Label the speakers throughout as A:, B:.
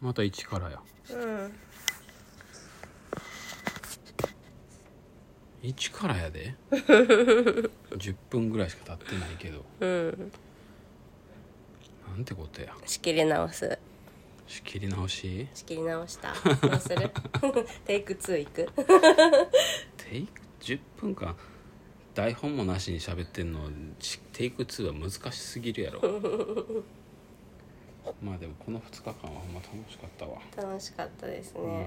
A: また一からや
B: うん
A: 一からやで10分ぐらいしか経ってないけど
B: うん
A: なんてことや
B: 仕切り直す
A: 仕切り直し
B: 仕切り直 したどうする テイク2いく
A: テイク10分間台本もなしに喋ってんのしテイク2は難しすぎるやろまあでもこの2日間はほんま楽しかったわ、
B: 楽しかったです
A: うん
B: ねうん、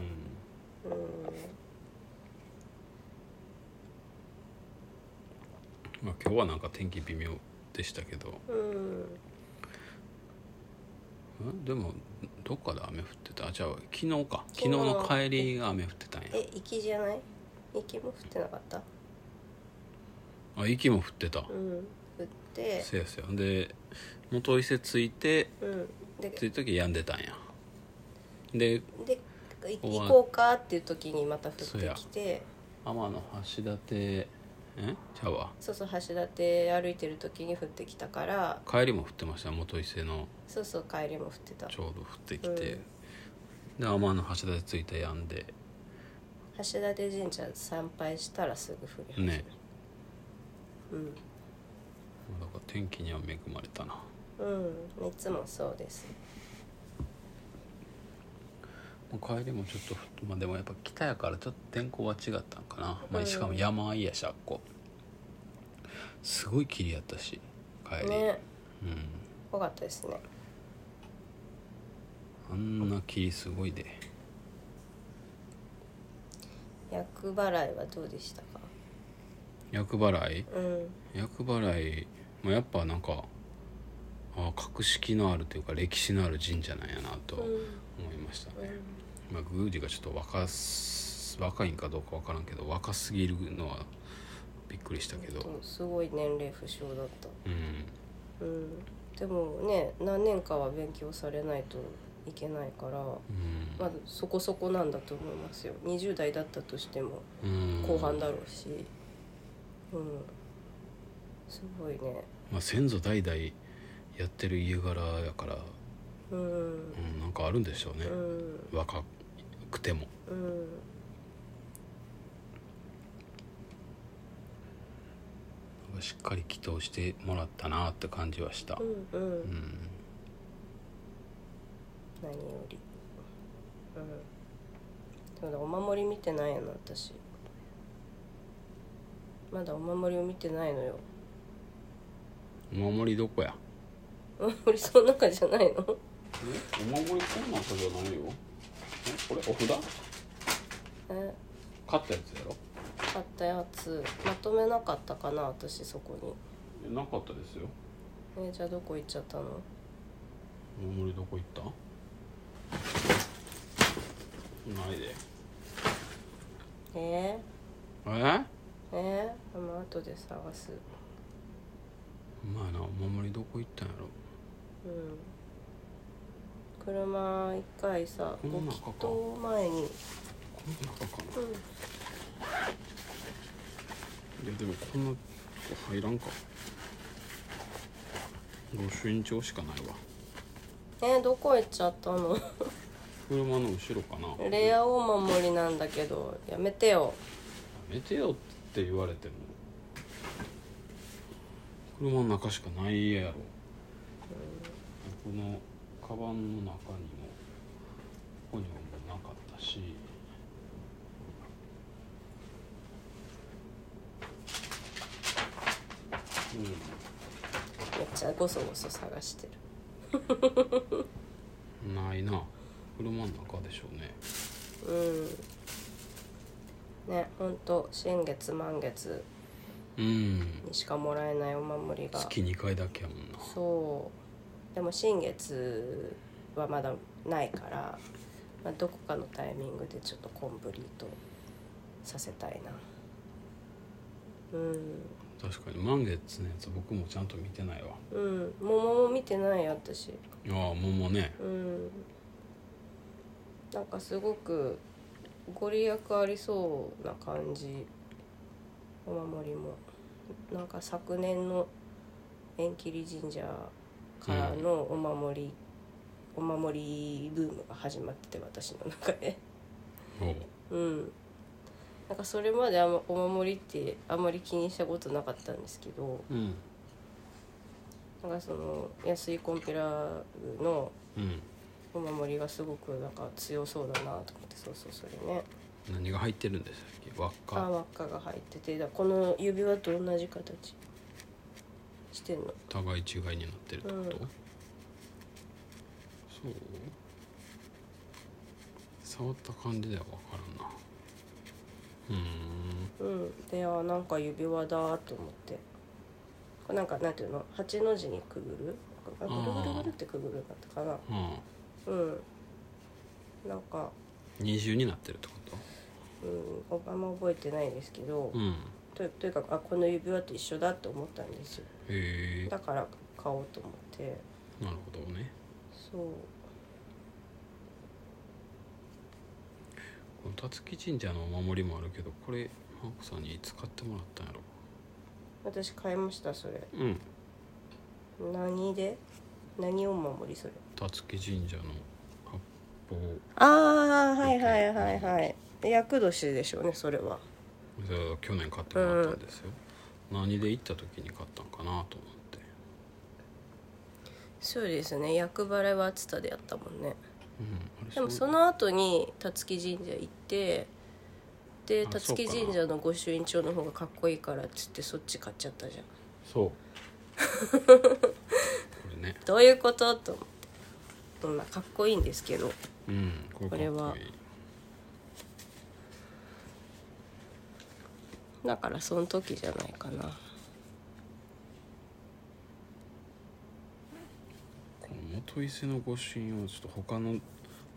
A: まあ、今日はなんか天気微妙でしたけど
B: うん、
A: んでもどっかで雨降ってたあじゃあ昨日か昨日の帰りが雨降ってたんや
B: え行きじゃない行きも降ってなかった
A: あ息も降ってた
B: うん降って
A: せやせやで元伊勢着いて
B: うんで
A: 着いた時病んでたんやで
B: でい
A: 終わ
B: 行こうかっていう時にまた降
A: そう
B: って
A: や
B: きて
A: 天の橋立えちゃうわ
B: そうそう橋立て歩いてる時に降ってきたから
A: 帰りも降ってました元伊勢の
B: そうそう帰りも降ってた
A: ちょうど降ってきて、で天の橋立着いて病んで
B: 橋立神社参拝したらすぐ降り始め
A: ね
B: うん
A: まあだから天気には恵まれたな
B: うんいつもそうです
A: もう帰りもちょっとまあでもやっぱ北やからちょっと天候は違ったんかな、ま
B: う
A: あ、
B: ん
A: しかも山あいやしあっこすごい霧やったし帰り、
B: ね
A: うん
B: 怖かったですね
A: あんな霧すごいで
B: 厄払いはどうでしたか
A: 厄払い
B: うん
A: 厄払い、まあ、やっぱなんかああ格式のあるというか歴史のある神社なんやなと
B: うん
A: 思いましたね、まあ、宮司がちょっと若す若いんかどうか分からんけど若すぎるのはびっくりしたけど
B: うんすごい年齢不詳だった
A: うん
B: うんでもね何年かは勉強されないといけないから
A: うん
B: まあそこそこなんだと思いますよ20代だったとしても
A: うん
B: 後半だろうしうんすごいね
A: まあ、先祖代々やってる家柄やから、
B: うん
A: うん、なんかあるんでしょうね
B: う、ん
A: 若くても
B: うん
A: しっかり祈祷してもらったなって感じはした、
B: うんうん
A: うん、
B: 何よりうんそうだお守り見てないやな私まだお守りを見てないのよ
A: お守りどこや
B: お守りその中じゃないの
A: お守りこんなじゃないよこれお札
B: え
A: 買ったやつやろ
B: 買ったやつまとめなかったかな私そこに
A: なかったですよ
B: えじゃあどこ行っちゃったの
A: お守りどこ行ったないで
B: え
A: えま
B: ー、えー、まあ後で探す
A: あなお守りどこ行ったんやろ
B: うん車一回さ
A: こ
B: ご
A: の
B: 祈
A: 中か
B: 祷前に
A: この中かな
B: うん
A: いやでもこんな入らんか御朱印帳しかないわ
B: えどこ行っちゃったの
A: 車の後ろかな
B: レアお守りなんだけどやめてよ
A: やめてよって言われても車の中しかないやろ僕のカバンの中にもここにもなかったしう
B: めっちゃゴソゴソ探してる
A: んないな車の中でしょうね
B: うんねほんと新月満月
A: うん
B: にしかもらえないお守りが
A: 月2回だけやもんな
B: そうでも新月はまだないから、まあ、どこかのタイミングでちょっとコンプリートさせたいなうん
A: 確かに満月のやつ僕もちゃんと見てないわ
B: うん桃も見てない私
A: ああ桃ね
B: うんなんかすごくご利益ありそうな感じお守りもなんか昨年の縁切り神社からのお守りお守りブームが始まって私の中で
A: おう
B: うんなんかそれまであんまお守りってあんまり気にしたことなかったんですけど
A: うん
B: なんかその安いコンペラ部の
A: うん
B: お守りがすごくなんか強そうだなと思ってそうそうそれね
A: 何が入ってるんでしたっけ輪っか
B: あ輪っかが入っててだからこの指輪と同じ形してんの
A: 互い違いになってるってこと、
B: うん
A: そう触った感じでは分からんなう
B: うんであなんか指輪だと思ってこれなんかなんていうの8の字にくぐるあぐるぐるぐるってくぐるだったかな
A: ーんあ
B: うんなんか、
A: あ二重になってるってこ
B: うん、あんま覚えてないですけど、
A: とうんへ
B: ととにかくあこの指輪と一緒だと思ったんですよ
A: え
B: だから買おうと思って
A: なるほどね
B: そう
A: この辰木神社のお守りもあるけどこれマークさんに使ってもらったんやろ
B: 私買いましたそれ
A: うん
B: 何で何を守りそれ
A: 辰木神社の八方
B: ああはいはいはいはい厄年でしょうねそれは
A: それは去年買ってもらったんですよ、何で行った時に買ったんかなと思って
B: そうですね厄払いは熱田でやったもんね
A: うんあれ
B: でも
A: そ
B: そうの後に辰木神社行ってで
A: あ
B: 辰木
A: そうかな
B: 神社の御朱印帳の方がかっこいいからっつってそっち買っちゃったじゃん
A: そう これね
B: どういうことと思ってまあかっこいいんですけど
A: うんこ
B: こ
A: れ
B: れ
A: かっ
B: は
A: こいい
B: だからその時じゃないかな
A: この元伊勢の御朱印はちょっと他の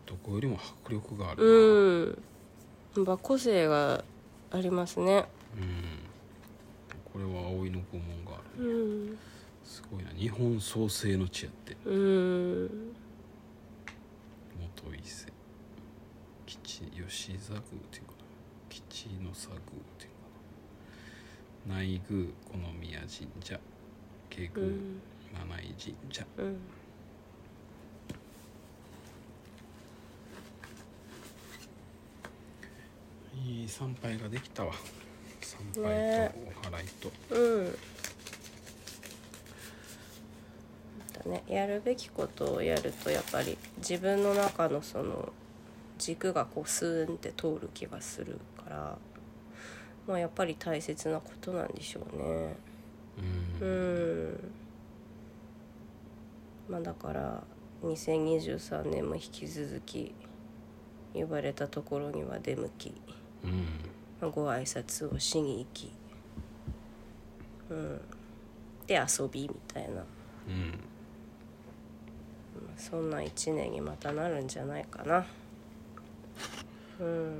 A: どこよりも迫力があるな
B: うんやっぱ個性がありますね
A: うんこれは葵の御紋がある
B: うん
A: すごいな日本創生の地やって
B: うん
A: 元伊勢吉吉座宮っていうかな吉の佐宮っていうかな内宮この宮神社慶
B: う
A: 宮
B: ん
A: 七井神社
B: うん
A: いい参拝ができたわ参拝とお
B: ね
A: 祓いと、
B: うんだねやるべきことをやるとやっぱり自分の中のその軸がこうスーンって通る気がするからまあやっぱり大切なことなんでしょうね
A: うん
B: うんまあだから2023年も引き続き呼ばれたところには出向き
A: うん
B: まあご挨拶をしに行き、うん、で遊びみたいな、ま
A: うん
B: あそんな一年にまたなるんじゃないかなうん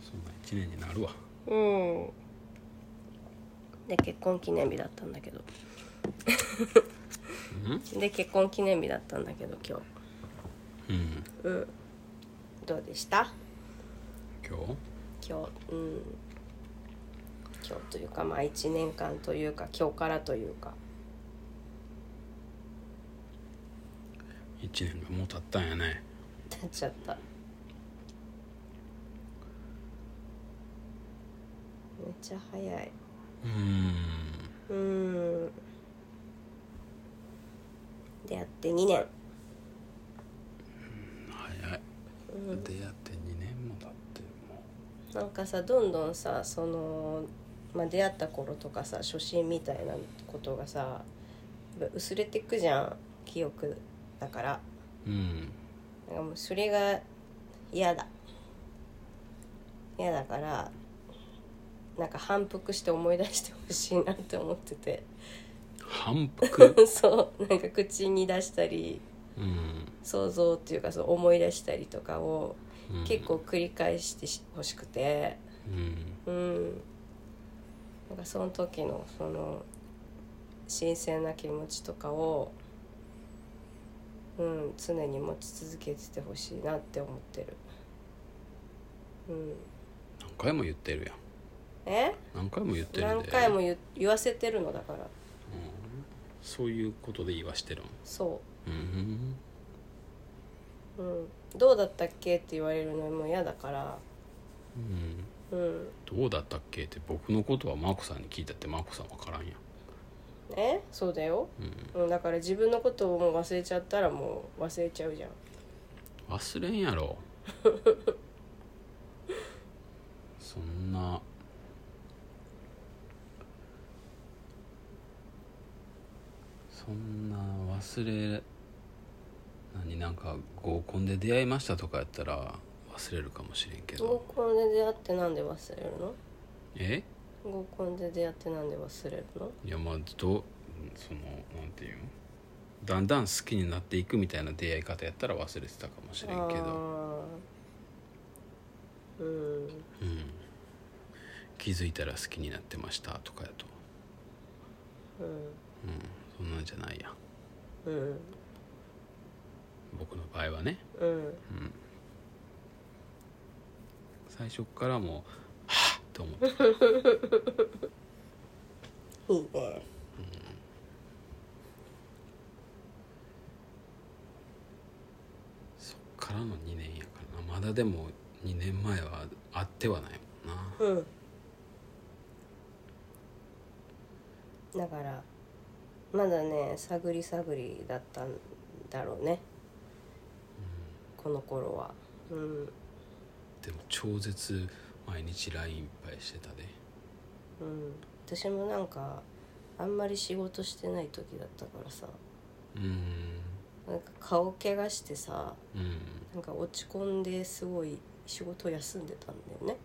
A: そんな一年になるわ
B: うんで結婚記念日だったんだけど
A: うん
B: で結婚記念日だったんだけど今
A: うん
B: 日うんどうでした
A: 今日
B: 今日うん今日というかまあ1年間というか今日からというか
A: 一年がもう経ったんやね
B: なっちゃっためっちゃ早い
A: うん
B: うーん出会って2年
A: 早い、出会って2年も経っても
B: なんかさどんどんさその、まあ、出会った頃とかさ初心みたいなことがさやっぱ薄れてくじゃん記憶だから
A: ううん
B: なんかもうそれが嫌だ嫌だからなんか反復して思い出してほしいなって思ってて
A: 反復
B: そうなんか口に出したり
A: うん、
B: 想像っていうかそう思い出したりとかを
A: うん、
B: 結構繰り返してほしくて
A: うん
B: うんなんかその時のその新鮮な気持ちとかをうん常に持ち続けててほしいなって思ってるうん
A: 何回も言ってるやん
B: え
A: 何回も言ってる
B: 何
A: で
B: 回も言言わせてるのだから
A: うんそういうことで言わしてるん
B: そ
A: うん
B: う、うん、どうだったっけって言われるのも嫌だから
A: うん
B: うん
A: どうだったっけって僕のことはマコさんに聞いたってマコさん分からんやん
B: えそうだよ、
A: うん
B: うん、だから自分のことをもう忘れちゃったらもう忘れちゃうじゃん
A: 忘れんやろ そんなそんな忘れ何なんか合コンで出会いましたとかやったら忘れるかもしれんけ
B: 合
A: ど
B: コンで出会ってなんで忘れるの
A: え
B: 合コンで出会ってなんで忘れるの
A: いやまあどうそのなんていうのだんだん好きになっていくみたいな出会い方やったら忘れてたかもしれんけど、
B: あーうん
A: うん、気づいたら好きになってましたとかやとうん、そんなんじゃないや
B: うんうん
A: 僕の場合はね
B: うん
A: 最初っからもうはぁと思って
B: いいね
A: そっからの2年やからなまだでも2年前はあってはないもんな
B: うんだからまだね探り探りだったんだろうね、この頃はうん
A: でも超絶毎日 LINE いっぱいしてたで
B: うん私もなんかあんまり仕事してない時だったからさ
A: うん
B: なんか顔怪我してさ
A: うん
B: なんか落ち込んですごい仕事を休んでたんだよね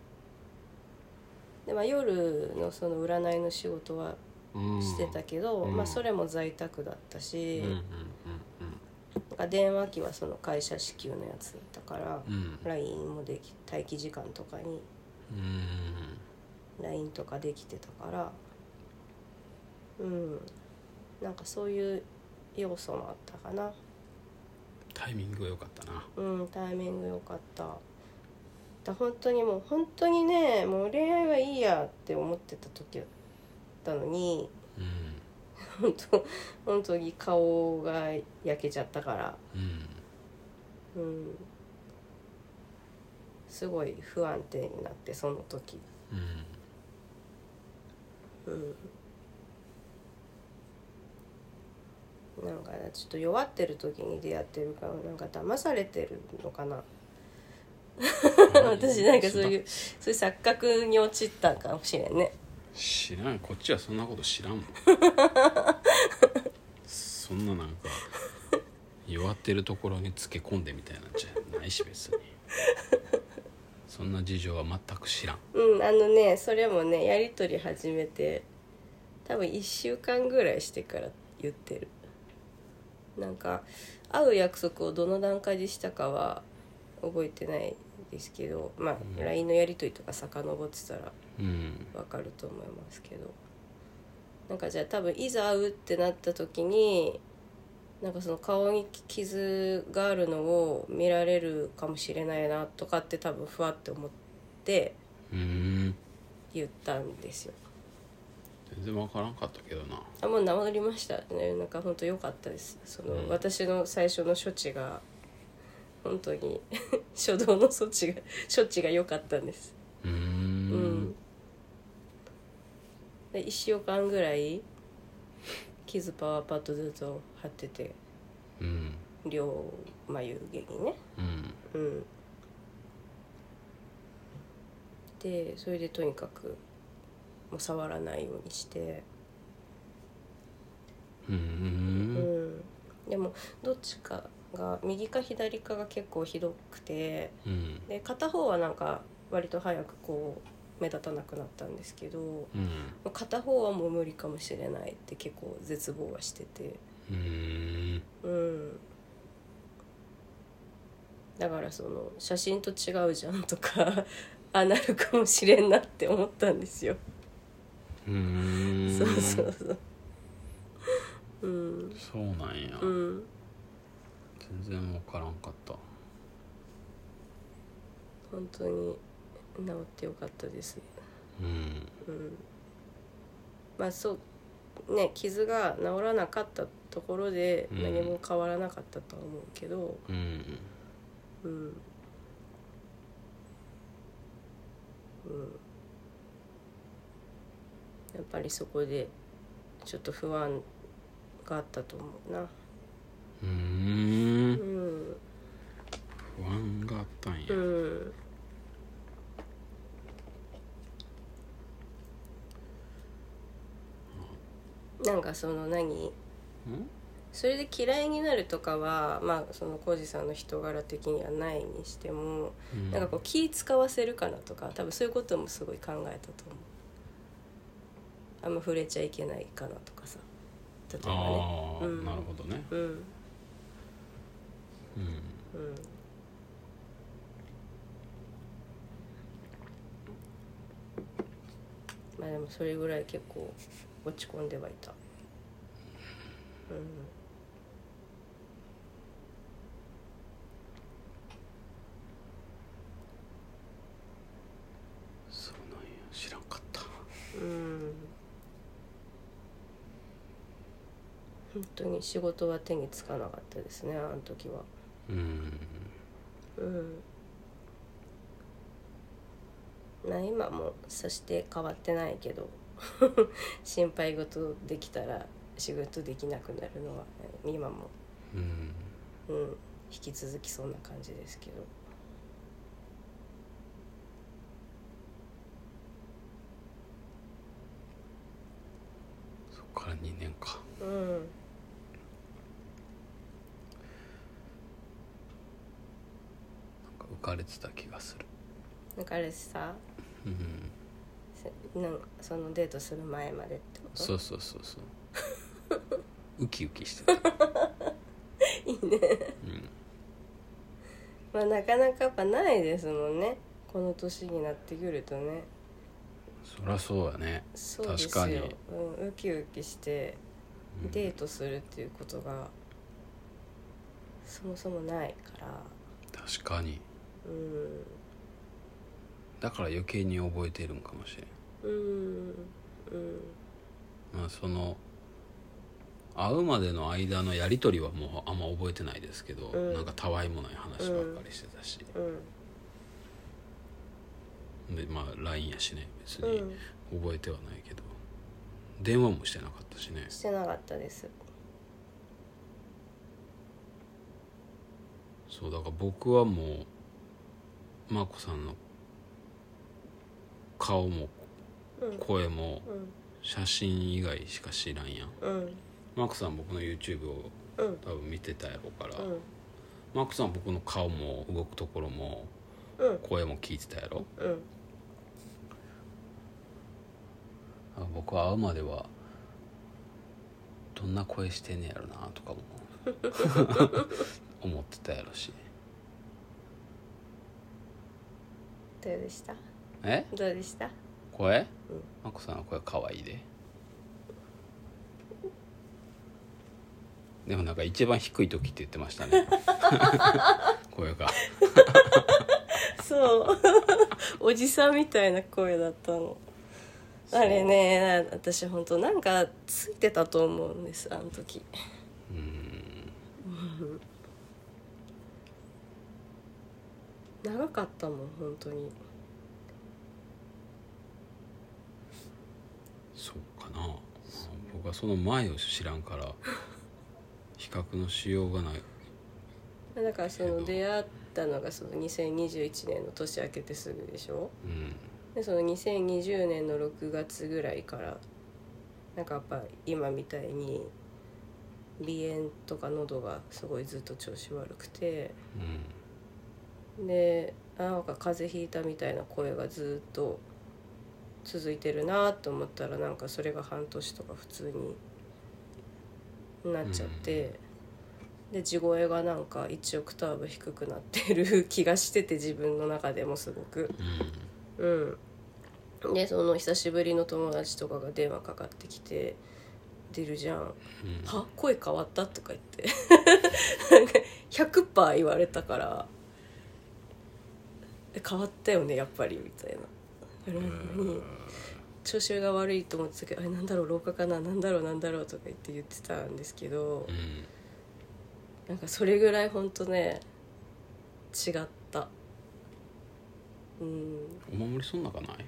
B: で、まあ、夜のその占いの仕事は
A: うん
B: してたけど、
A: うん
B: まあ、それも在宅だった
A: うん
B: し、
A: うん
B: なんか電話機はその会社支給のやつだから、
A: うんうん
B: LINE もでき待機時間とかに
A: うん
B: LINE とかできてたからうんなんかそういう要素もあったかな
A: タイミングが良かったな
B: うんタイミング良かっただ本当にもう本当にねもう恋愛はいいやって思ってた時だったのに
A: うん
B: 本当本当に顔が焼けちゃったから
A: うん
B: うんすごい不安定になってその時
A: うん
B: うんなんかねちょっと弱ってる時に出会ってるからなんか騙されてるのかな 私なんかそういうそういう錯覚に陥ったんかもしれんね
A: 知らんこっちはそんなこと知らんもん そんななんか弱ってるところにつけ込んでみたいなんじゃないし別にそんな事情は全く知らん
B: うんあのねそれもねやり取り始めて多分1週間ぐらいしてから言ってるなんか会う約束をどの段階でしたかは覚えてないですけどまあ、
A: うん
B: LINE のやり取りとか遡ってたら
A: うん
B: わかると思いますけどなんかじゃあ多分いざ会うってなった時になんかその顔に傷があるのを見られるかもしれないなとかって多分ふわって思って
A: うーん
B: 言ったんですよ
A: 全然わからんかったけどな
B: あもう治りましたねなんか本当良かったですその、
A: うん
B: 私の最初の処置が本当に 初動の措置が処置が良かったんです
A: うーん
B: うんで1週間ぐらい傷パワーパッドずっと貼ってて
A: うん
B: 両眉毛にね
A: うん
B: うんでそれでとにかくもう触らないようにして
A: うー
B: うんんでもどっちかが右か左かが結構ひどくて
A: うん
B: で片方はなんか割と早くこう目立たなくなったんですけど
A: うん
B: 片方はもう無理かもしれないって結構絶望はしてて
A: うーん
B: うんだからその写真と違うじゃんとか あなるかもしれんなって思ったんですよ
A: うーん
B: そうそうそううん
A: そうなんや、
B: うん
A: 全然わからんかった
B: 本当に治ってよかったです
A: うん
B: うんまあそうね傷が治らなかったところで
A: うん
B: 何も変わらなかったとは思うけど、
A: うん
B: うんうんやっぱりそこでちょっと不安があったと思うな。
A: う
B: うんん
A: 不安があったんや
B: う、んなんかその何
A: うん
B: それで嫌いになるとかはまあその浩二さんの人柄的にはないにしても、
A: うん
B: なんかこう気使わせるかなとか多分そういうこともすごい考えたと思うあんま触れちゃいけないかなとかさ例えばね
A: ああ、
B: うん
A: なるほどね、
B: うん
A: うん、
B: うんまあでもそれぐらい結構落ち込んではいたうん
A: そうなんや知らんかった
B: うん本当に仕事は手につかなかったですねあの時は
A: うん
B: うんまあ今もそして変わってないけど 心配事できたら仕事できなくなるのは今も、
A: うん
B: うん、引き続きそんな感じですけど
A: そっから2年か
B: うん
A: なんか浮かれてた気がする
B: なんかあれさ
A: うん
B: せなんかそのデートする前までってこと
A: そうそうそうそうウキウキしてたいいね
B: まあなかなかやっぱないですもんねこの年になってくるとね
A: うんそりゃそうだね
B: そうですよ
A: 確かに
B: うん、ウキウキして
A: うん
B: デートするっていうことがそもそもないから
A: 確かに
B: うん
A: だから余計に覚えてるんかもしれん
B: うんうん
A: まあその会うまでの間のやり取りはもうあんま覚えてないですけど、
B: うん
A: なんかたわいもない話ばっかりしてたし、
B: うん
A: でまあ LINE やしね別
B: う
A: に
B: ん
A: 覚えてはないけど、電話もしてなかったしね
B: してなかったです
A: そうだから僕はもう眞子さんの顔も
B: うん
A: 声も
B: うん
A: 写真以外しか知らんやん
B: うん
A: マ子さん僕の YouTube を
B: うん
A: 多分見てたやろから、
B: うん
A: マ子さん僕の顔も動くところも
B: うん
A: 声も聞いてたやろ
B: うん
A: あ僕は会うまではどんな声してんねやろなとかも思ってたやろし
B: どうでした
A: え
B: どうでした
A: 声マコさんの声可愛いででもなんか一番低い時って言ってました ね声が
B: そうおじさんみたいな声だったの
A: そう
B: あれねな私本当なんかついてたと思うんですあの時
A: うん
B: 長かったもん本当に
A: そうかな僕はその前を知らんから比較のしようがない
B: だからそ
A: け
B: の
A: ど
B: 出会ったのがその2021年の年明けてすぐでしょ
A: うん
B: でその2020年の6月ぐらいからなんかやっぱ今みたいに鼻炎とか喉がすごいずっと調子悪くて
A: うん
B: であなんか風邪ひいたみたいな声がずっと続いてるなと思ったらなんかそれが半年とか普通になっちゃって、で地声がなんか1オクターブ低くなってる 気がしてて自分の中でもすごく。
A: うん
B: うん、でその久しぶりの友達とかが電話かかってきて「出るじゃん」
A: うん
B: 「は声変わった?」とか言って なんか100%言われたから「え変わったよねやっぱり」みたいな。
A: うん
B: 調子が悪いと思ってたけどあれなんだろう廊下かななんだろうなんだろうとか言って言ってたんですけど
A: うん
B: なんかそれぐらい本当ね違ったうん
A: お守りそんなかない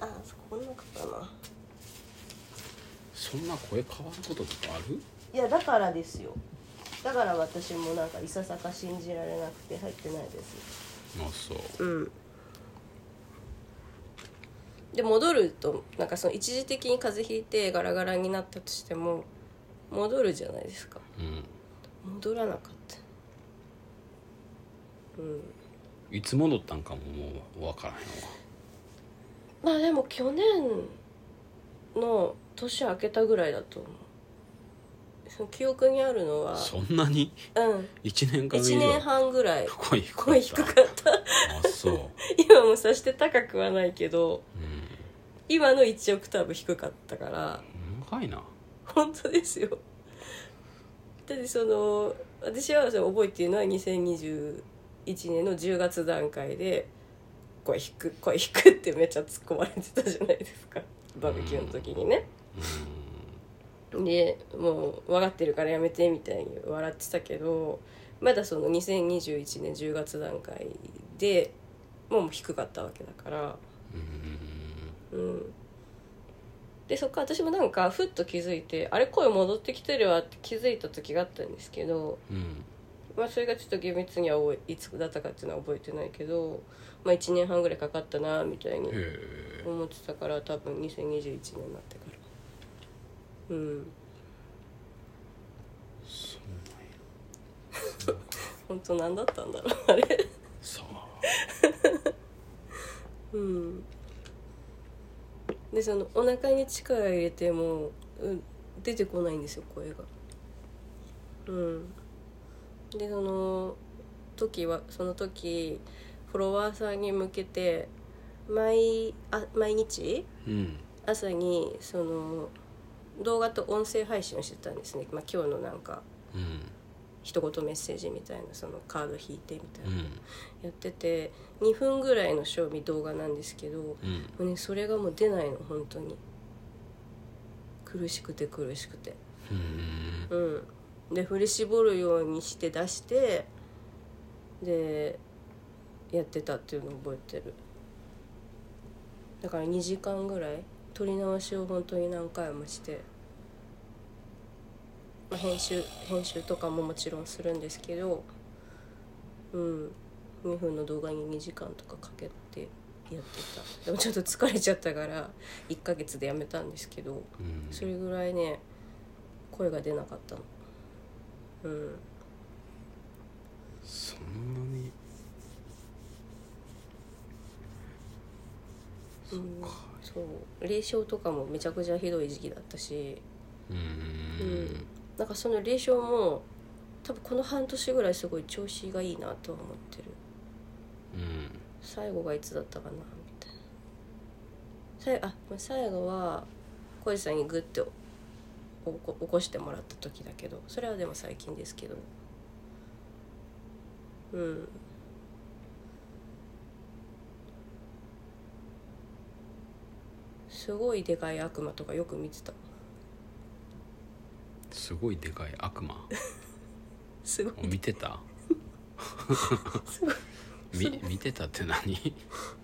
B: あそこのかな
A: そんな声変わることとかある
B: いやだからですよだから私もなんかいささか信じられなくて入ってないです
A: あそう
B: うんで戻るとなんかその一時的に風邪ひいてガラガラになったとしても戻るじゃないですか
A: うん
B: 戻らなかったうん
A: いつ戻ったんかももう分からへんわ
B: まあでも去年の年明けたぐらいだと思うその記憶にあるのは
A: そんなに
B: うん
A: 1年間以
B: 1年
A: 上
B: 半ぐらい
A: 声低か
B: 声低か
A: っ
B: ったた
A: あそう
B: 今もさして高くはないけど
A: う
B: 今の1オクターブ低かったから
A: ん長いな
B: 本当ですよだってその私はその覚えているのは2021年の10月段階で「声低く声低く」ってめっちゃ突っ込まれてたじゃないですかバーベキューの時にね、
A: う
B: でもう分かってるからやめてみたいに笑ってたけどまだその2021年10月段階でもう低かったわけだから
A: んうん
B: うんでそっから私もなんかふっと気づいてあれ声戻ってきてるわって気づいた時があったんですけど、
A: うん
B: まあ、それがちょっと厳密には覚えいつだったかっていうのは覚えてないけど、まあ、1年半ぐらいかかったなみたいに
A: へえ
B: 思ってたから多分2021年になってからうん
A: そうなんや
B: 本当何だったんだろうあれ
A: さあ
B: うんでそのお腹に力入れてもうん出てこないんですよ声がうんでその時はその時フォロワーさんに向けて毎あ毎日
A: うん
B: 朝にその動画と音声配信をしてたんですね、まあ、今日のなんか
A: うん
B: 一言メッセージみたいなそのカード引いてみたいうな、
A: ん
B: やってて2分ぐらいの賞味動画なんですけど
A: うん
B: もうねそれがもう出ないの本当に苦しくて苦しくて
A: うん
B: うんで振り絞るようにして出してでやってたっていうのを覚えてるだから2時間ぐらい撮り直しを本当に何回もして、まあ、編集編集とかももちろんするんですけどうん2分の動画に2時間とかかけてやってたでもちょっと疲れちゃったから1ヶ月でやめたんですけど
A: うん
B: それぐらいね声が出なかったのうん
A: そんなに
B: そうん、そう霊障とかもめちゃくちゃひどい時期だったし
A: うん
B: うんなんかその霊障も多分この半年ぐらいすごい調子がいいなとは思ってる
A: うん
B: 最後がいつだったかなみたいな最あごめん最後は小石さんにグッておこ起こしてもらった時だけどそれはでも最近ですけどうんすごいでかい悪魔とかよく見てた
A: すごいでかい悪魔
B: すごい
A: を見てたみ見てたって何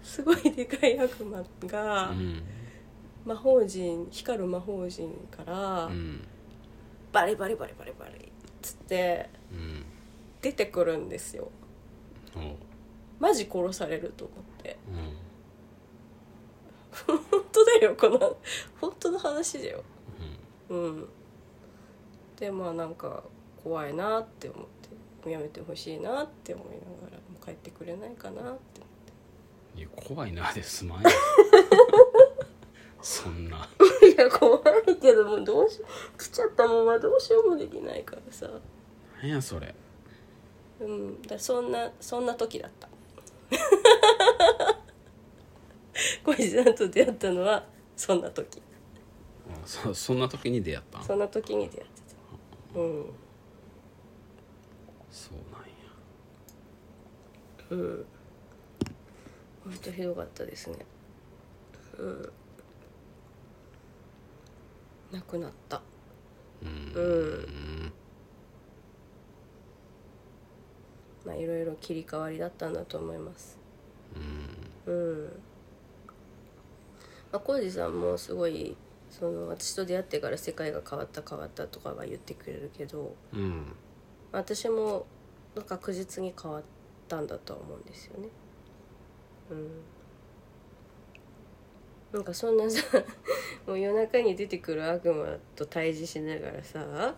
B: すごいでかい悪魔が
A: うん
B: 魔法陣光る魔法陣から、
A: うん
B: バリバリバリバリバリっつって
A: うん
B: 出てくるんですよ
A: おう
B: マジ殺されると思って
A: うん
B: 本当だよこの本当の話だよ
A: うん
B: うんでまあなんか怖いなって思ってやめてほしいなって思いながらもう帰ってくれないかなって
A: いや怖いなですまんや そんない
B: や怖 いけどもうどうし来ちゃったままどうしようもできないからさ
A: 何やそれ
B: うんだそんなそんな時だった 小石さんと出会ったのはそんな時
A: あそそんな時に出会ったん
B: そんな時に出会ってたうん
A: そうなんや
B: うん本当ひどかったですねなくなった
A: うん
B: うんまあいろいろ切り替わりだったんだと思いますうんまあ、浩二さんもすごいその私と出会ってから世界が変わった変わったとかは言ってくれるけど
A: うんうん
B: 私も確実に変わったんだとは思うんですよね。うん、なんかそんなさもう夜中に出てくる悪魔と対峙しながらさ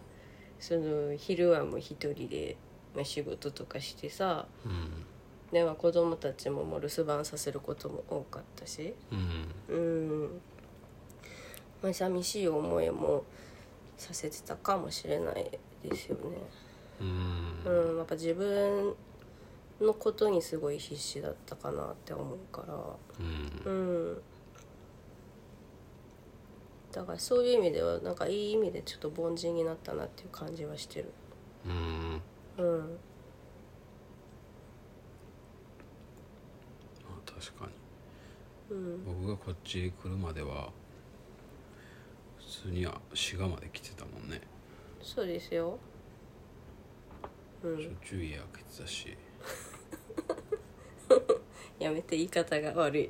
B: その昼はもう一人で、まあ、仕事とかしてさ
A: うん
B: でまあ子供たちももう留守番させることも多かったし。
A: うん
B: うん、まあ、寂しい思いもさせてたかもしれないですよね。
A: うん
B: うん、やっぱ自分のことにすごい必死だったかなって思うから、
A: うん
B: うん、だからそういう意味ではなんかいい意味でちょっと凡人になったなっていう感じはしてる。
A: うん
B: うん、
A: まあ確かに
B: うん、
A: 僕がこっち来るまでは普通には滋賀まで来てたもんね
B: そうですよ。う
A: しょ
B: ん
A: っ、ちゅう家開けてたし
B: やめて言い方が悪い。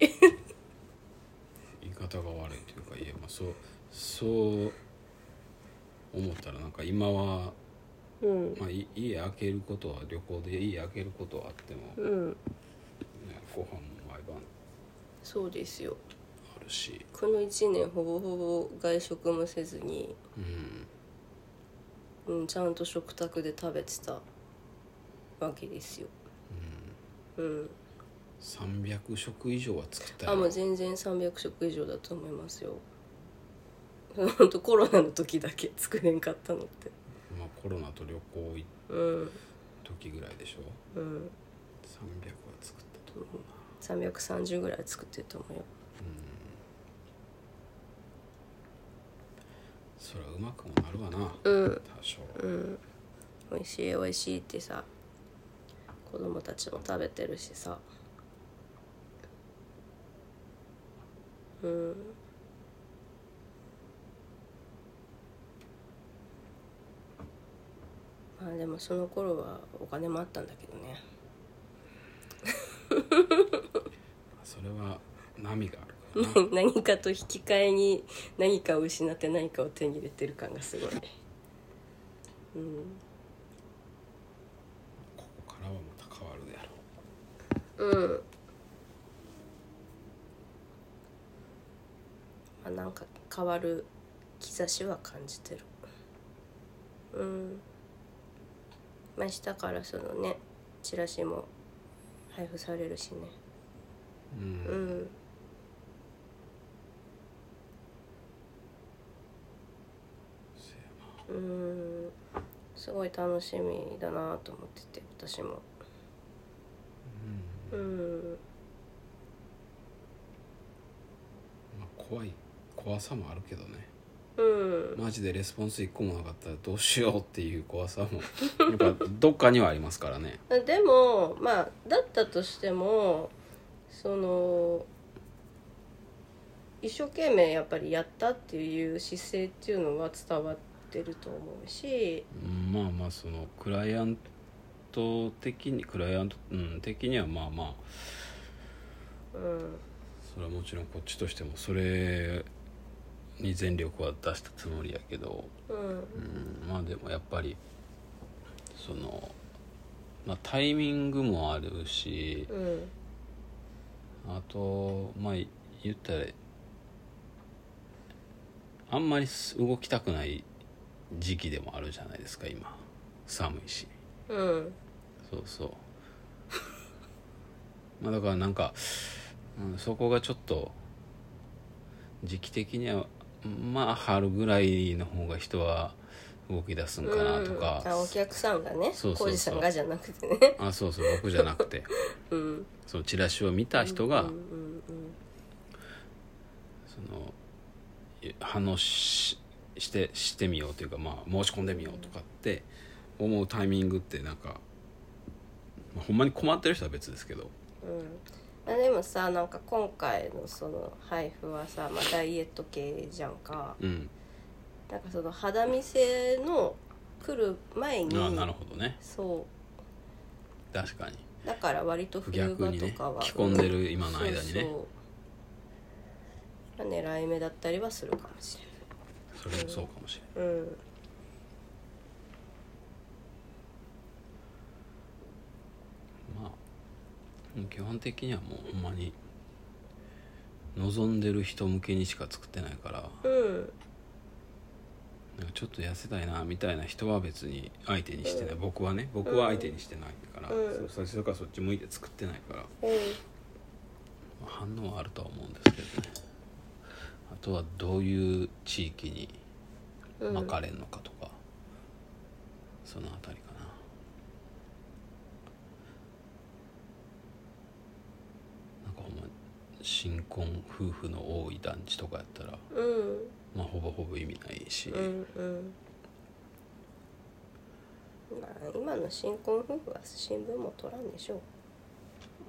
A: 言い方が悪いというかいやまあそうそう思ったらなんか今は、
B: うん、
A: まあ、い家開けることは旅行で家開けることはあっても、ね、
B: うん、
A: ご飯も毎晩
B: そうですよ。
A: あるし
B: この1年ほぼほぼ外食もせずに、
A: うん
B: うん、ちゃんと食卓で食べてたわけですようん
A: 300食以上は作った
B: あもう全然300食以上だと思いますよ ほんとコロナの時だけ作れんかったのって
A: まあ、コロナと旅行行っ
B: うん
A: た時ぐらいでしょ
B: うん
A: 300は作ったと思うな
B: 330ぐらい作ってると思うよ
A: そりゃうまくもなるわな、
B: うん
A: 多少
B: うん美味しい美味しいってさ子供たちも食べてるしさうんまあでもその頃はお金もあったんだけどね
A: それは波があるからな
B: 何かと引き換えに何かを失って何かを手に入れてる感がすごいうん
A: ここからはまた変わるであろう
B: うん。まあ、なんか変わる兆しは感じてる。うん。まあ、明日からそのね、チラシも配布されるしね。
A: うん、
B: うん。
A: せや
B: うん。すごい楽しみだなと思ってて、私も。
A: な
B: うん。
A: うんまあ、怖い怖さもあるけどね
B: うん。
A: マジでレスポンス一個もなかったらどうしようっていう怖さも やっぱどっかにはありますからね
B: でもまあだったとしてもその一生懸命やっぱりやったっていう姿勢っていうのは伝わってると思うし
A: うんまあまあそのクライアント的にクライアント、うん、的にはまあまあ
B: うん
A: それはもちろんこっちとしてもそれに全力は出したつもりやけど、
B: うん
A: うん、まあでもやっぱりその、まあ、タイミングもあるし
B: うん
A: あとまあ言ったらあんまり動きたくない時期でもあるじゃないですか今寒いし。
B: うん
A: そうそう まあだからなんか、うん、そこがちょっと時期的にはまあ春ぐらいの方が人は動き出すんかなとか
B: う、んあお客さんがね
A: そうそうそう
B: 浩二さんがじゃなくてね
A: あそうそう僕じゃなくて
B: うん
A: そのチラシを見た人が、
B: うんうん
A: そのい反応ししてしてみようというか、まあ、申し込んでみようとかって思うタイミングってなんか、まあ、ほんまに困ってる人は別ですけど
B: うんうんまあでもさなんか今回のその配布はさ、まあ、ダイエット系じゃんか、
A: うん
B: なんかその肌見せの来る前に
A: ああなるほどね
B: そ
A: 確かに
B: うだから割と冬
A: 逆
B: 場
A: に
B: と
A: ね
B: かは、
A: 着込んでる今の間にね
B: そうそう狙い目だったりはするかもし
A: それもそうかもしれない
B: れないうん
A: まあもう基本的にはもうほんまに望んでる人向けにしか作ってないから
B: うん
A: なんかちょっと痩せたいなみたいな人は別に相手にしてない僕はね僕は相手にしてないから、
B: うん
A: そ最初からそっち向いて作ってないから、
B: うん
A: まあ反応はあるとは思うんですけどねあとはどういう地域に
B: うん
A: 巻かれんのかとか、そのあたりかななんかほんま新婚夫婦の多い団地とかやったら、
B: うん
A: まあ、ほぼほぼ意味ないし、
B: うんうんまあ今の新婚夫婦は新聞も取らんでしょ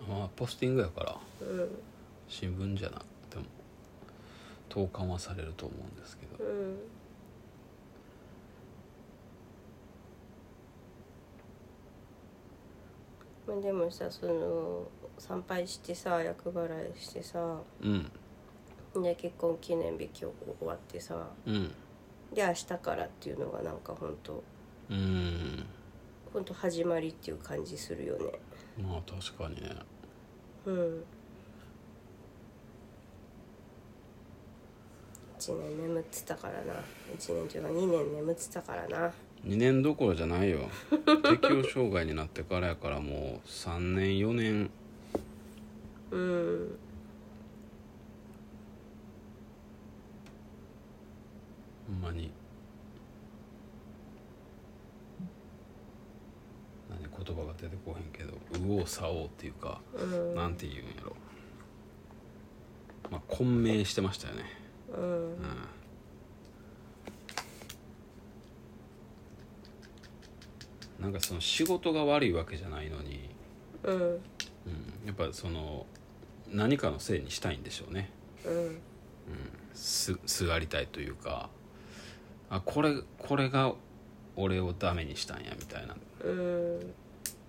A: まあポスティングやから
B: ううん
A: 新聞じゃなくても投函はされると思うんですけど
B: うんまあでもさその参拝してさ厄払いしてさ
A: うん
B: で結婚記念日今日終わってさ
A: うん
B: で明日からっていうのがなんか本当
A: うん
B: 本当始まりっていう感じするよね
A: まあ確かにね
B: うん1年眠ってたからな1年というか2年眠ってたからな
A: 2年どころじゃないよ適応障害になってからやからもう3年4年
B: うん
A: ほんまに何言葉が出てこへんけど右往左往っていうか、
B: うん
A: なんて言うんやろまあ混迷してましたよね
B: うん
A: うんなんかその仕事が悪いわけじゃないのに、
B: うん
A: うん、やっぱその何かのせいにしたいんでしょうね
B: うん
A: すすがりたいというかあこれこれが俺をダメにしたんやみたいな
B: うん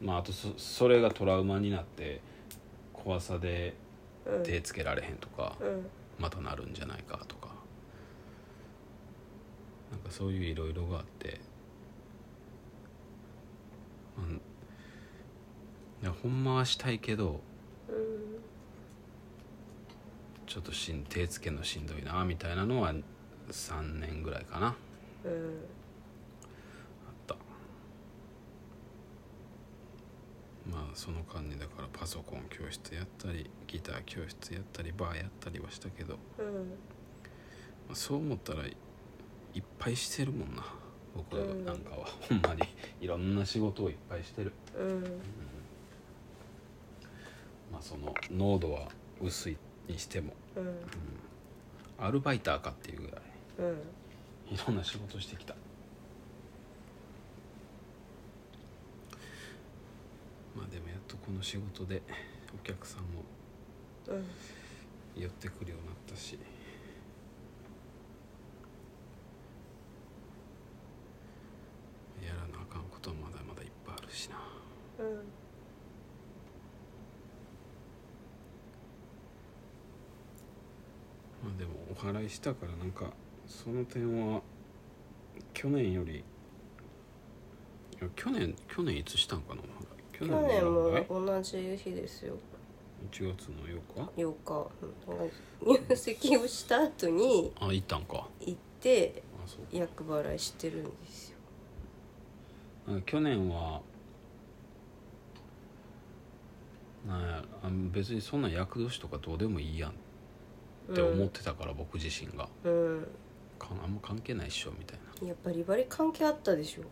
A: まああとそそれがトラウマになって怖さで
B: うん
A: 手つけられへんとか、
B: うん
A: またなるんじゃないかとかなんかそういういろいろがあって、うん、いやほんまはしたいけど
B: うん
A: ちょっとしん手つけんのしんどいなみたいなのは3年ぐらいかな
B: う
A: あ
B: ん
A: ったまあその間にだからパソコン教室やったりギター教室やったりバーやったりはしたけど、ま
B: うん
A: あそう思ったらいいっぱいしてるもんな僕
B: うん
A: なんかは、ほんまにいろんな仕事をいっぱいしてる
B: うん
A: まあその濃度は薄いにしても
B: うん
A: アルバイターかっていうぐらい
B: うん
A: いろんな仕事してきたまあでもやっとこの仕事でお客さんも
B: うん
A: 寄ってくるようになったしやらなあかんことはまだまだいっぱいあるしな
B: うん
A: まあでもお祓いしたからなんかその点は去年よりいや去年去年いつしたんかなお祓い去
B: 去年
A: のお
B: も
A: 祓い
B: 同じ日ですよ
A: 1月の8日
B: 8日うん入籍をした後に
A: あ行ったんか
B: 行って
A: あそう
B: 厄払いしてるんですよ
A: なんか去年はなんやあの別にそんな厄年とかどうでもいいやんって思ってたから、僕自身が
B: うん
A: かあんま関係ないっしょみたい
B: やっぱりバリ関係あったでしょ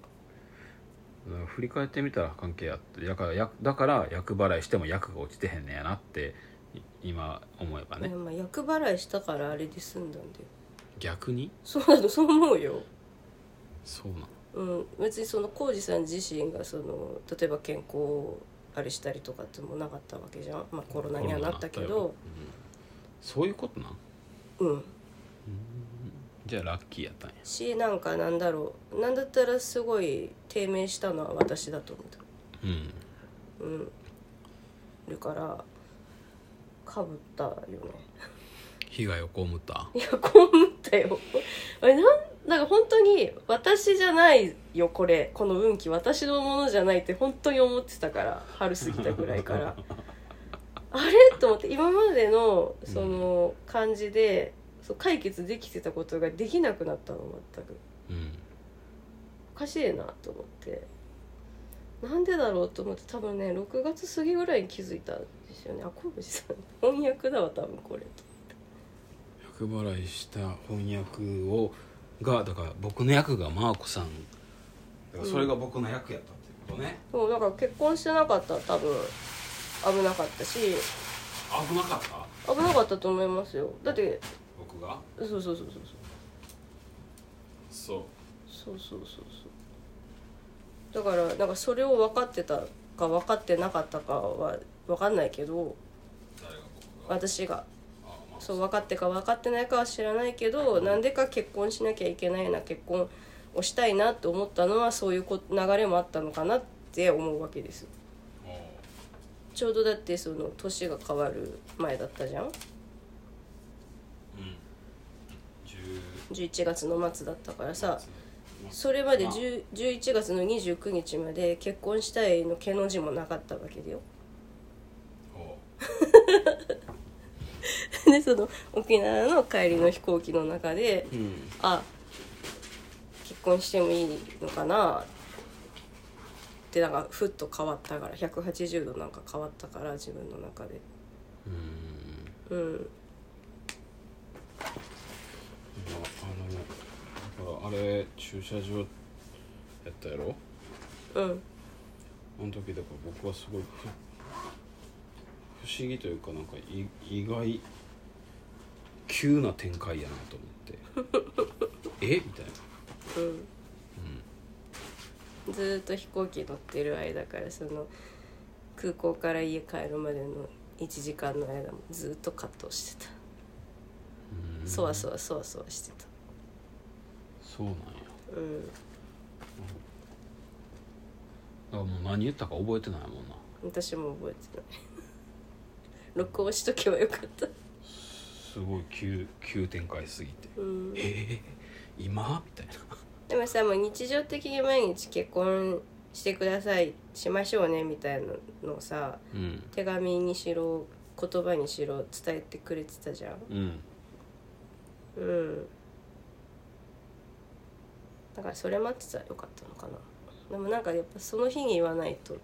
A: なだから振り返ってみたら関係あってだから厄だから厄払いしても厄が落ちてへんねやなってい今思えばね、
B: ねまあ厄払いしたからあれで済んだんだよ
A: 逆に
B: そうなのそう思うよ
A: そうなの
B: うん別にその浩二さん自身がその例えば健康をあれしたりとかってもなかったわけじゃんまあコロナにはなったけ
A: コロナにな
B: ど
A: ったようんそういうことなん
B: うん
A: じゃあラッキーやったんや
B: しなんかなんだろうなんだったらすごい低迷したのは私だと思った
A: うん
B: うんるからかぶったよね
A: 被害を被った
B: いやこう思ったよあれなんなんか本当に私じゃないよこれこの運気私のものじゃないって本当に思ってたから春過ぎたぐらいからあれと思って今までのその感じで、そう解決できてたことができなくなったの全く
A: うん
B: おかしいなと思ってなんでだろうと思って多分ね6月過ぎぐらいに気づいたんですよねあ小渕さん翻訳だわ多分これと
A: 厄払いした翻訳をがだから僕の役がマーコさんだからそれが僕の役やったっていうことね、
B: そうなんか結婚してなかったら多分危なかったし
A: 危なかった
B: 危なかったと思いますよだって
A: 僕が
B: そうそうそうそう
A: そ
B: そう
A: う
B: そうそうそうそうだからなんかそれを分かってたか分かってなかったかは分かんないけど
A: 誰が僕が
B: 私が
A: あまあ
B: そう分かってか分かってないかは知らないけどなんでか結婚しなきゃいけないな結婚をしたいなって思ったのはそういうこ流れもあったのかなって思うわけですよ
A: おう
B: ちょうどだってその年が変わる前だったじゃん
A: うん10
B: 11月の末だったからさ
A: まあ
B: それまで
A: まあ
B: 10 11月の29日まで結婚したいのけの字もなかったわけだよ
A: おう
B: でその沖縄の帰りの飛行機の中で
A: うん
B: あ結婚してもいいのかなってなんかふっと変わったから180度なんか変わったから自分の中で
A: うん
B: うん
A: まああのだからあれ駐車場やったやろ
B: うん
A: あの時だから僕はすごいふ不思議というかなんかい意外急な展開やなと思って えみたいな
B: うんずーっと飛行機乗ってる間からその空港から家帰るまでの1時間の間もずーっと葛藤してた
A: うん
B: そわそわそわそわしてた
A: そうなんや
B: うん
A: だからもう何言ったか覚えてないもんな
B: 私も覚えてない 録音しとけばよかった
A: すごい急急展開すぎて
B: うん
A: えー、今みたいな
B: でもさもう日常的に毎日結婚してくださいしましょうねみたいなのをさ
A: うん
B: 手紙にしろ言葉にしろ伝えてくれてたじゃん
A: うん
B: うんだからそれ待ってたらよかったのかなでもなんかやっぱその日に言わないと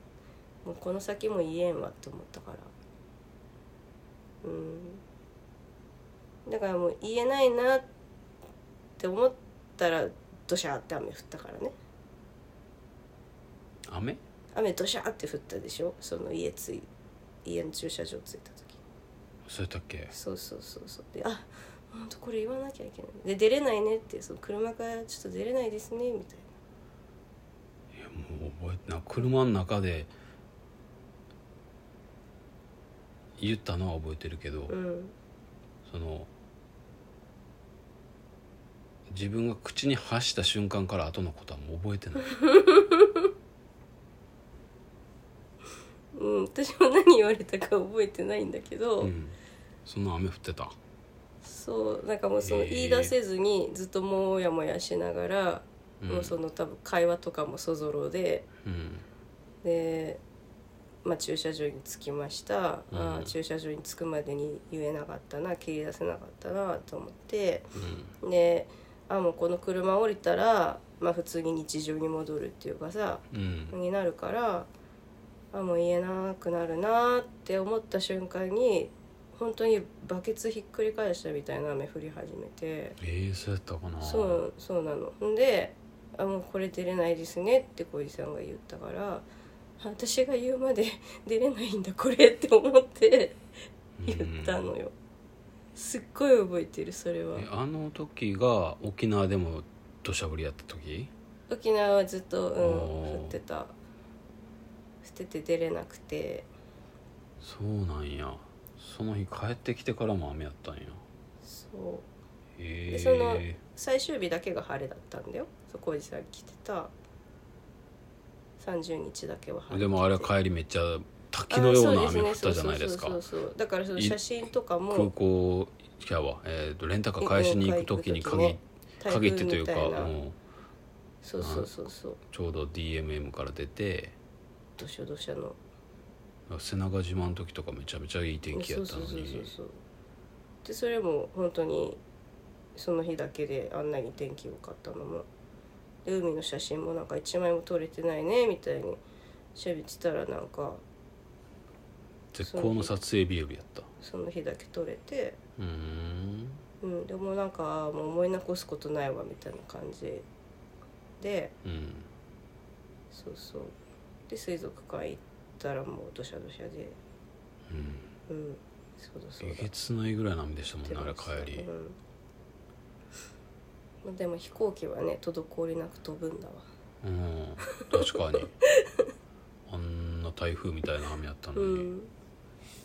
B: もうこの先も言えんわって思ったからうんだからもう言えないなって思ったらドシャーって雨降ったからね
A: 雨
B: 雨ドシャーって降ったでしょその家つい家の駐車場着いた時
A: そうやったっけ
B: そうそうそうそうであ本当これ言わなきゃいけないで出れないねってその車からちょっと出れないですねみたい
A: いやもう覚えてない車の中で言ったのは覚えてるけど、
B: なうん
A: その自分が口に発した瞬間から後のことはもう覚えてない
B: うん私も何言われたか覚えてないんだけど、
A: うんそんな雨降ってた
B: そうなんかもうその
A: へえ
B: 言い出せずにずっともやもやしながら、
A: うん
B: もうその多分会話とかもそぞろで
A: うん
B: で、まあ、駐車場に着きました、
A: うん
B: あー駐車場に着くまでに言えなかったな切り出せなかったなと思って。
A: う
B: であもうこの車降りたら、まあ、普通に日常に戻るっていうかさ
A: んうん
B: になるからあもう言えなくなるなって思った瞬間に本当にバケツひっくり返したみたいな雨降り始めて
A: ええそうやったかな
B: そうそうなのんであ「もうこれ出れないですね」って小路さんが言ったからあ私が言うまで 出れないんだこれって思って
A: うん
B: 言ったのよ、すっごい覚えてるそれは
A: えあの時が沖縄でも土砂降りやった時
B: 沖縄はずっと、うん、
A: おー
B: 降ってた降ってて出れなくて
A: そうなんやその日帰ってきてからも雨やったんや
B: そう
A: へ
B: でその最終日だけが晴れだったんだよそう浩二さん来てた30日だけは晴
A: え
B: れ
A: でもあれは帰りめっちゃ滝のような雨降ったじゃないです
B: あ
A: か
B: ーそうですねそうそうそうそうだからその写真とか
A: 空
B: も
A: 港いやわ、えー、とレンタカー返しに行く時に限,、
B: ね
A: 限ってというか、
B: 台風みたな
A: うん
B: そうそうそうそう
A: ちょうど DMM から出て
B: どしゃどしゃの
A: 瀬長島の時とかめちゃめちゃいい天気やったの
B: そうそうそう
A: に
B: そうでそれも本当にその日だけであんなに天気良かったのもで海の写真もなんか一枚も撮れてないねみたいに喋ってたらなんか
A: 絶好の撮影日和やった
B: その日だけ撮れて、
A: うーん
B: うん、でもなんかあーもう思い残すことないわみたいな感じで
A: うん
B: そうそうで水族館行ったらもうどしゃどしゃで
A: うん
B: うんそうだそう
A: え
B: だ
A: げつないぐらいの雨でしたもんねあれ帰り
B: うんまあ、でも飛行機はね滞りなく飛ぶんだわ
A: うん確かにあんな台風みたいな雨やったの
B: う
A: に、
B: ん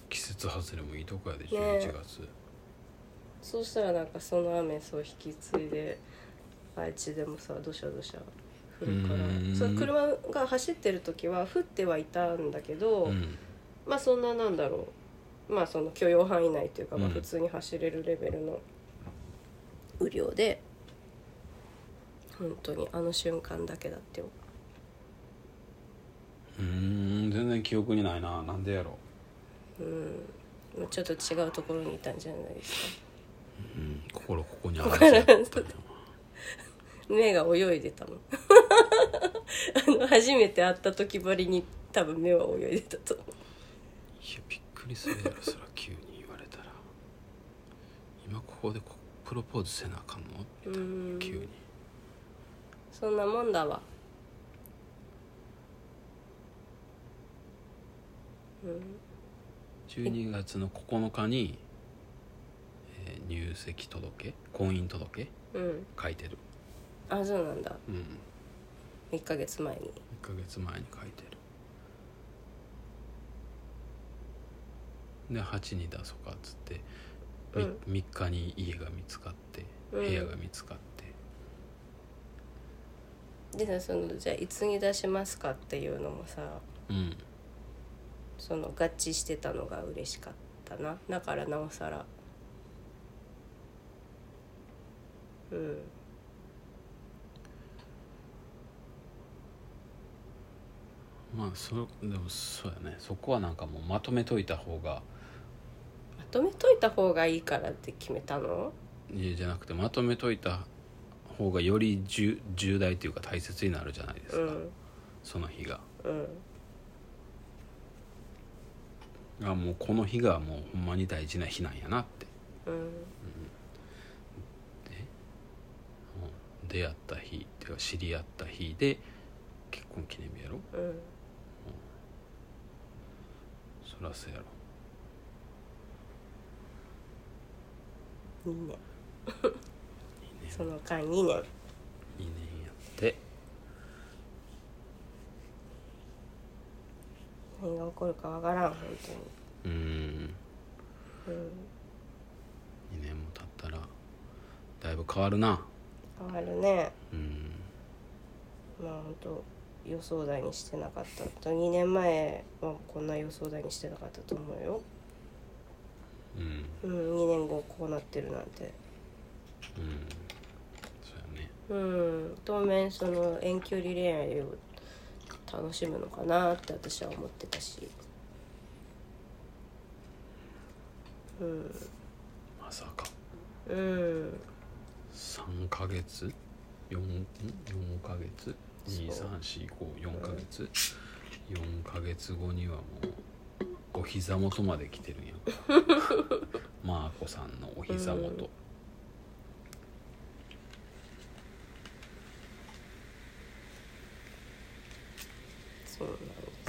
A: 季節外れもいいとこやで
B: ね
A: 11月、
B: そうしたらなんかその雨そう引き継いで愛知でもさどしゃどしゃ降るから
A: うん
B: そう車が走ってる時は降ってはいたんだけど、
A: うん
B: まあそんななんだろうまあその許容範囲内というか、まあ、
A: うん
B: 普通に走れるレベルの雨量で、本当にあの瞬間だけだってよ
A: うーん全然記憶にないななんでやろ
B: うんちょっと違うところにいたんじゃないですか
A: う、うん、心ここにあらずやったんや
B: 目が泳いでたもん あの初めて会った時ばりに多分目は泳いでたと思
A: いやびっくりするやろそら急に言われたら今ここでこプロポーズせなあかんの
B: ううん
A: 急に
B: そんなもんだわ
A: 12月の9日に、えー入籍届婚姻届
B: うん
A: 書いてる
B: あそうなんだ
A: うん
B: 1ヶ月前に
A: 1ヶ月前に書いてるで8に出そうかっつってみ
B: うん
A: 3日に家が見つかって
B: うん
A: 部屋が見つかって、
B: でさそのじゃあいつに出しますかっていうのもさ
A: うん
B: その合致してたのが嬉しかったなだからなおさらうん
A: まあそでもそうやねそこはなんかもうまとめといた方が
B: まとめといた方がいいからって決めたの
A: いやじゃなくてまとめといた方がより重重大というか大切になるじゃないです
B: う
A: か、
B: ん
A: その日が
B: うん
A: あもうこの日がもうほんまに大事な日なんやなって
B: うん
A: うん出会った日っていうか知り合った日で結婚記念日やろ
B: うん
A: そらそうやろ
B: いいね
A: いいね
B: その間2年
A: 2年やって
B: 何が起こるかわからん本
A: うーん
B: 当にうん
A: 2年も経ったらだいぶ変わるな
B: 変わるね
A: うん
B: まあ本当予想外にしてなかったと2年前はこんな予想外にしてなかったと思うよ
A: うん
B: うん2年後こうなってるなんて
A: うんそうやね
B: うん当面その遠距離恋愛を楽しむのかなって私は思ってたしうん
A: まさか
B: うん
A: 3ヶ月4ん4ヶ月
B: そう
A: 23454ヶ月4ヶ月後にはもうお膝元まで来てるん やんかマーコさんのお膝元
B: そうなんで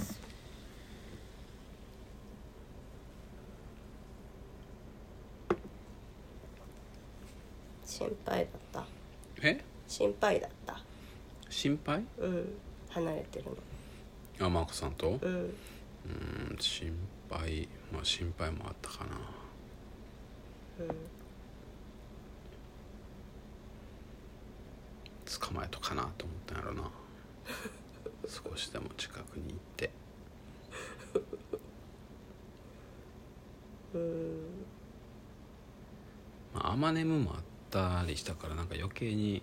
B: す心配だった
A: え
B: 心配だった
A: 心配
B: うん離れてるの
A: あマーコさんと
B: うん
A: うん心配まあ心配もあったかな
B: うん
A: 捕まえとかなと思ったんやろ な少しでも近くに行って
B: うん
A: まあ、アマネムもあったりしたからなんか余計に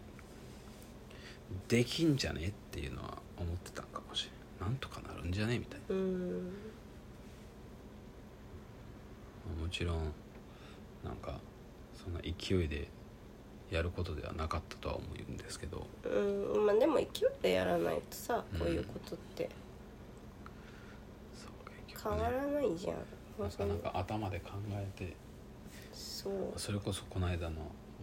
A: できんじゃねっていうのは思ってたんかもしれんなんとかなるんじゃねみたいな
B: うん
A: まあもちろんなんかそんな勢いでやることではなかったとは思うんですけど
B: うんまあでも勢いでやらないとさこういうことって
A: そう結
B: 変
A: 局
B: わ
A: ね
B: らないじゃん、
A: なん
B: 本
A: か
B: 当
A: なん
B: に
A: か頭で考えて
B: そう
A: それこそこの間の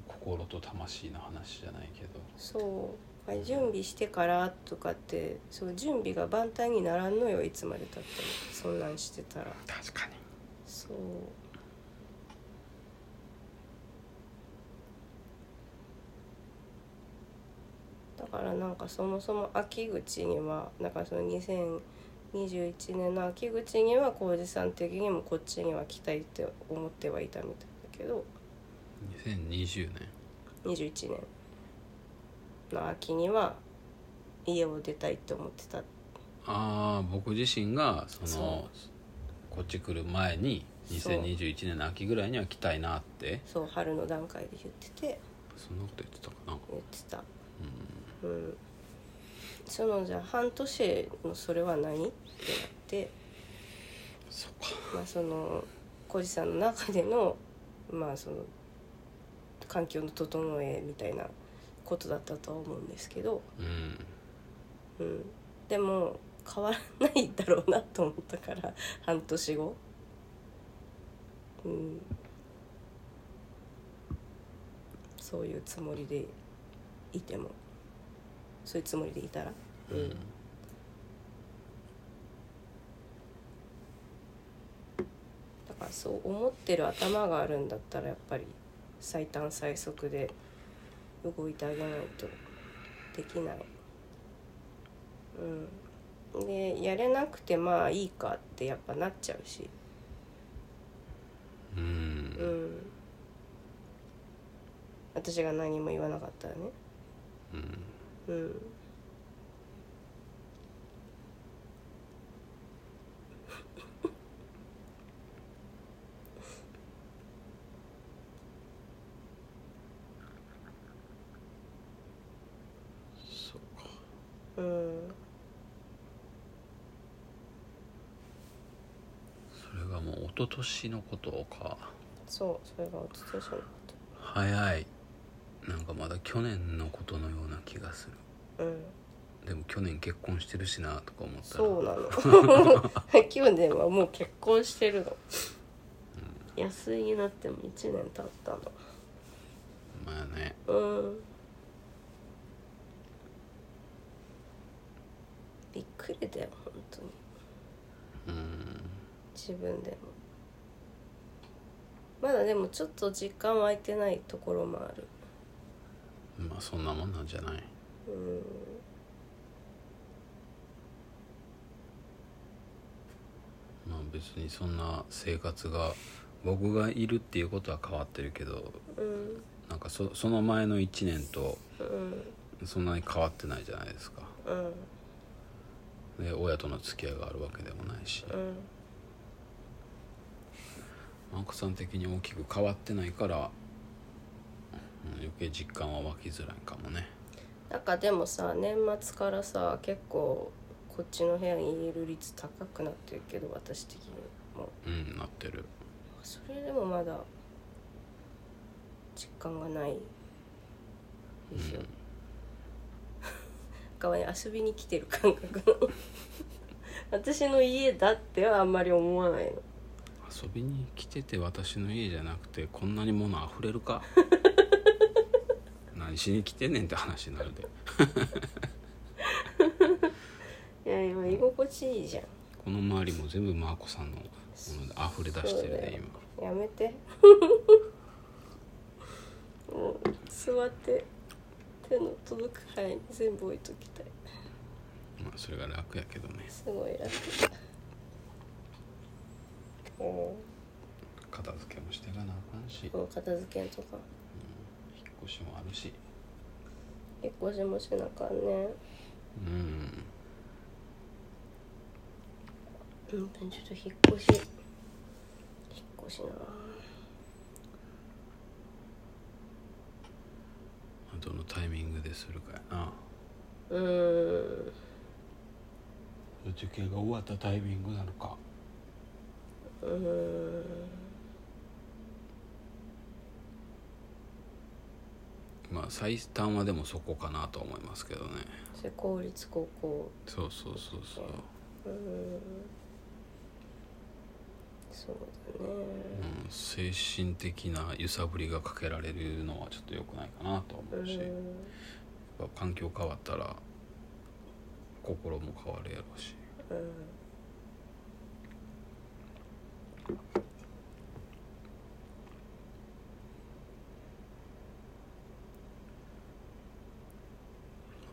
A: 心と魂の話じゃないけど
B: そうあ準備してからとかってそう準備が万端にならんのよいつまでたってもそんなんしてたら
A: 確かに
B: そうだからなんかそもそも秋口にはなんかその2021年の秋口には浩二さん的にもこっちには来たいって思ってはいたみたいだけど
A: 2020年
B: 21年の秋には家を出たいって思ってた
A: ああ僕自身がその
B: そ
A: こっち来る前に
B: そう
A: 2021年の秋ぐらいには来たいなって
B: そう春の段階で言ってて
A: そんなこと言ってたかな
B: 言ってたうんそのじゃあ半年のそれは何ってなって
A: そうか
B: まあその小路さんの中でのまあその環境の整えみたいなことだったとは思うんですけど、
A: うん
B: うん、でも変わらないだろうなと思ったから半年後うんそういうつもりでいてもそういうつもりでいたらうん、だからそう思ってる頭があるんだったらやっぱり最短最速で動いてあげないとできないうんでやれなくてまあいいかってやっぱなっちゃうし
A: う
B: うんん私が何も言わなかったらね
A: うん
B: うん
A: そうか
B: うん
A: それがもう一昨年のことか
B: そうそれがおととしのこ
A: 早いなんかまだ去年のことのような気がする
B: とうん
A: でも去年結婚してるしなとか思ったら
B: そうなの キヨネはもう結婚してるの安いになっても1年経ったの
A: まあね
B: うんびっくりだよ本当に
A: うん
B: 自分でもまだでもちょっと実感湧いてないところもある
A: まあそんなもんなんじゃない
B: うん
A: まあ別にそんな生活が僕がいるっていうことは変わってるけど
B: うん
A: なんかそその前の1年と
B: うん
A: そんなに変わってないじゃないですか
B: うん
A: で親との付き合いがあるわけでもないし
B: うん
A: マコさん的に大きく変わってないから、うん、余計実感は湧きづらいかもね
B: なんかでもさ年末からさ結構こっちの部屋にいる率高くなってるけど私的にも
A: うんなってる
B: それでもまだ実感がないですよ、なん かね遊びに来てる感覚の 私の家だってはあんまり思わないの
A: 遊びに来てて私の家じゃなくてこんなに物あふれる か何しに来てんねんって話になるで
B: いや今居心地いいじゃん
A: この周りも全部マーコさんのもので溢れ出してる
B: そうだ
A: ね
B: よ
A: 今
B: やめて もう座って手の届く範囲に全部置いときたい
A: まあそれが楽やけどね
B: すごい楽も
A: 片付けもしていかなあかんし
B: うこの片付けんとか
A: 引っ越しもあるし
B: 引っ越しもしなあかんね
A: うん
B: 本当にちょっと引っ越し引っ越しな
A: どのタイミングでするかやな
B: うーん
A: 受験が終わったタイミングなのか
B: うーん
A: まあ最短はでもそこかなとは思いますけどね
B: それ公立高校
A: そうそうそうそう
B: うーんそうだね
A: うん、精神的な揺さぶりがかけられるのはちょっと良くないかなとは
B: う
A: 思うし、やっ
B: ん
A: ぱ環境変わったら心も変わるやろうし
B: うん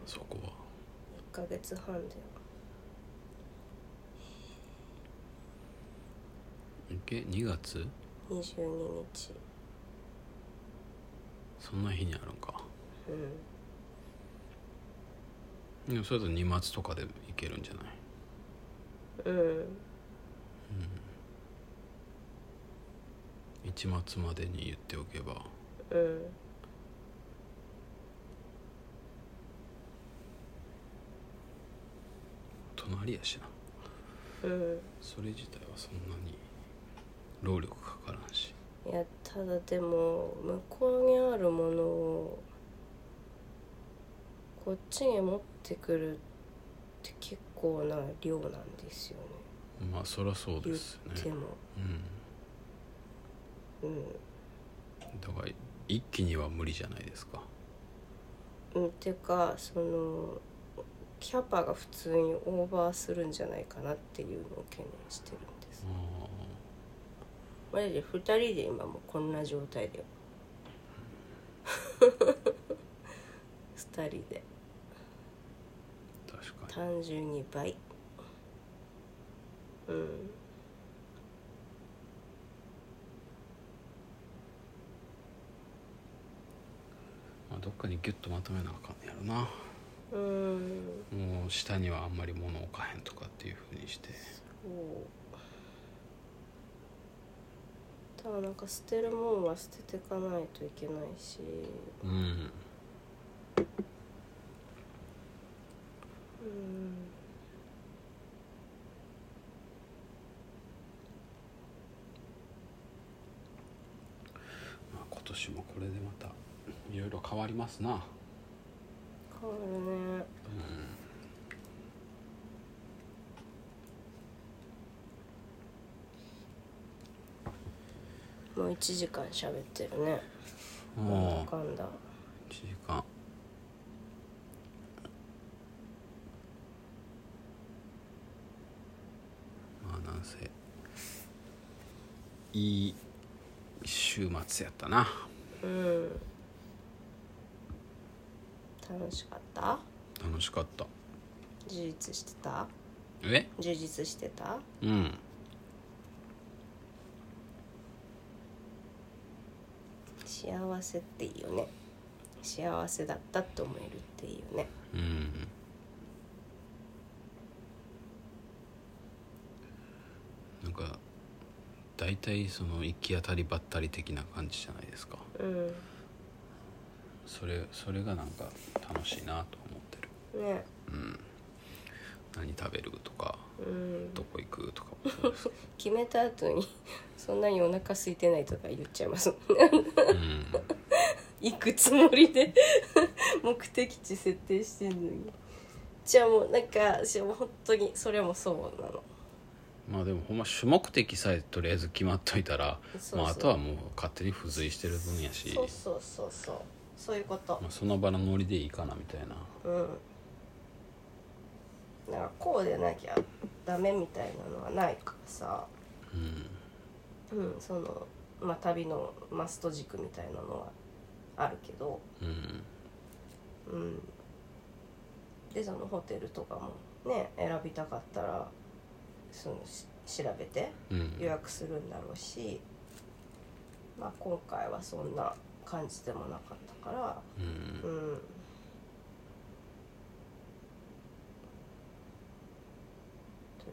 A: そこは
B: 1ヶ月半だよ
A: いけ2月
B: 22日
A: そんな日にあるんか
B: うん
A: でもそれだと2月とかでいけるんじゃない
B: うん
A: 1月までに言っておけば
B: うん
A: 隣やしな
B: うん
A: それ自体はそんなに労力かからんし
B: いやただでも向こうにあるものをこっちに持ってくるって結構な量なんですよね
A: まあそりゃそう
B: 言
A: です
B: っ
A: よ
B: て
A: ね、
B: も、
A: うん、
B: う
A: だから一気には無理じゃないですか
B: ん、うん、っていうかそのキャパが普通にオーバーするんじゃないかなっていうのを懸念してるんです
A: あ
B: マジで2人で今もうこんな状態だよ2人で
A: ー確かに
B: 単純に倍うん
A: まあ、どっかにギュッとまとめなあかんやろな
B: うん
A: もう下にはあんまり物置かへんとかっていうふうにして
B: そうただなんか捨てるもんは捨ててかないといけないし
A: うん
B: うん
A: まあ、今年もこれでまたいろいろ変わりますな
B: 変わるねもう1時間喋ってるねな
A: も
B: んだ
A: う
B: かんだ
A: 1時間まあなんせいい週末やったな
B: うん楽しかった
A: 楽しかった
B: 充実してた
A: え
B: 充実してた
A: うん
B: 幸せっていいよね幸せだったって思えるっていいよね
A: うんなんか大体その行き当たりばったり的な感じじゃないですか
B: う
A: それそれがなんか楽しいなと思ってる
B: んね
A: 何食べるとか
B: うん
A: どこ行くとかもそうですけ
B: 決めた後に そんなにお腹空いてないとか言っちゃいます もんね
A: どうん
B: 行くつもりで 目的地設定してんのにじゃあもうなんかし本当にそれもそうなの
A: まあでもほんま主目的さえとりあえず決まっといたら
B: そうそう
A: まあ、あとはもう勝手に付随してる分やし
B: そうそうそうそうそういうこと
A: まあ、その場のノリでいいかなみたいな
B: うんだからこうでなきゃダメみたいなのはないからさ
A: うん
B: うんそのまあ旅のマスト軸みたいなのはあるけど
A: うん
B: うんでそのホテルとかもね選びたかったらそのし調べて
A: うん
B: 予約するんだろうし、まあ、今回はそんな感じでもなかったから
A: うん
B: うん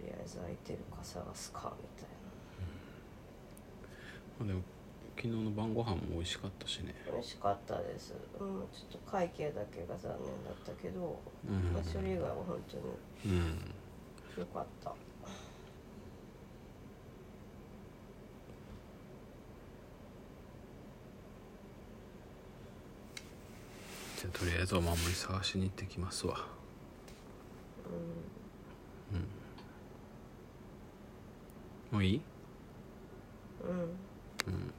B: りあえず空いてるか探すかみたい
A: まあでも昨日の晩ご飯も美味しかったしね
B: な美味しかったです、うん、ちょっと会計だけが残念だったけど、
A: う
B: まあそれ以
A: ん、
B: 外は本当に
A: うん、
B: 良かった
A: じゃあとりあえずお守り探しに行ってきますわもういい
B: うんうん
A: うん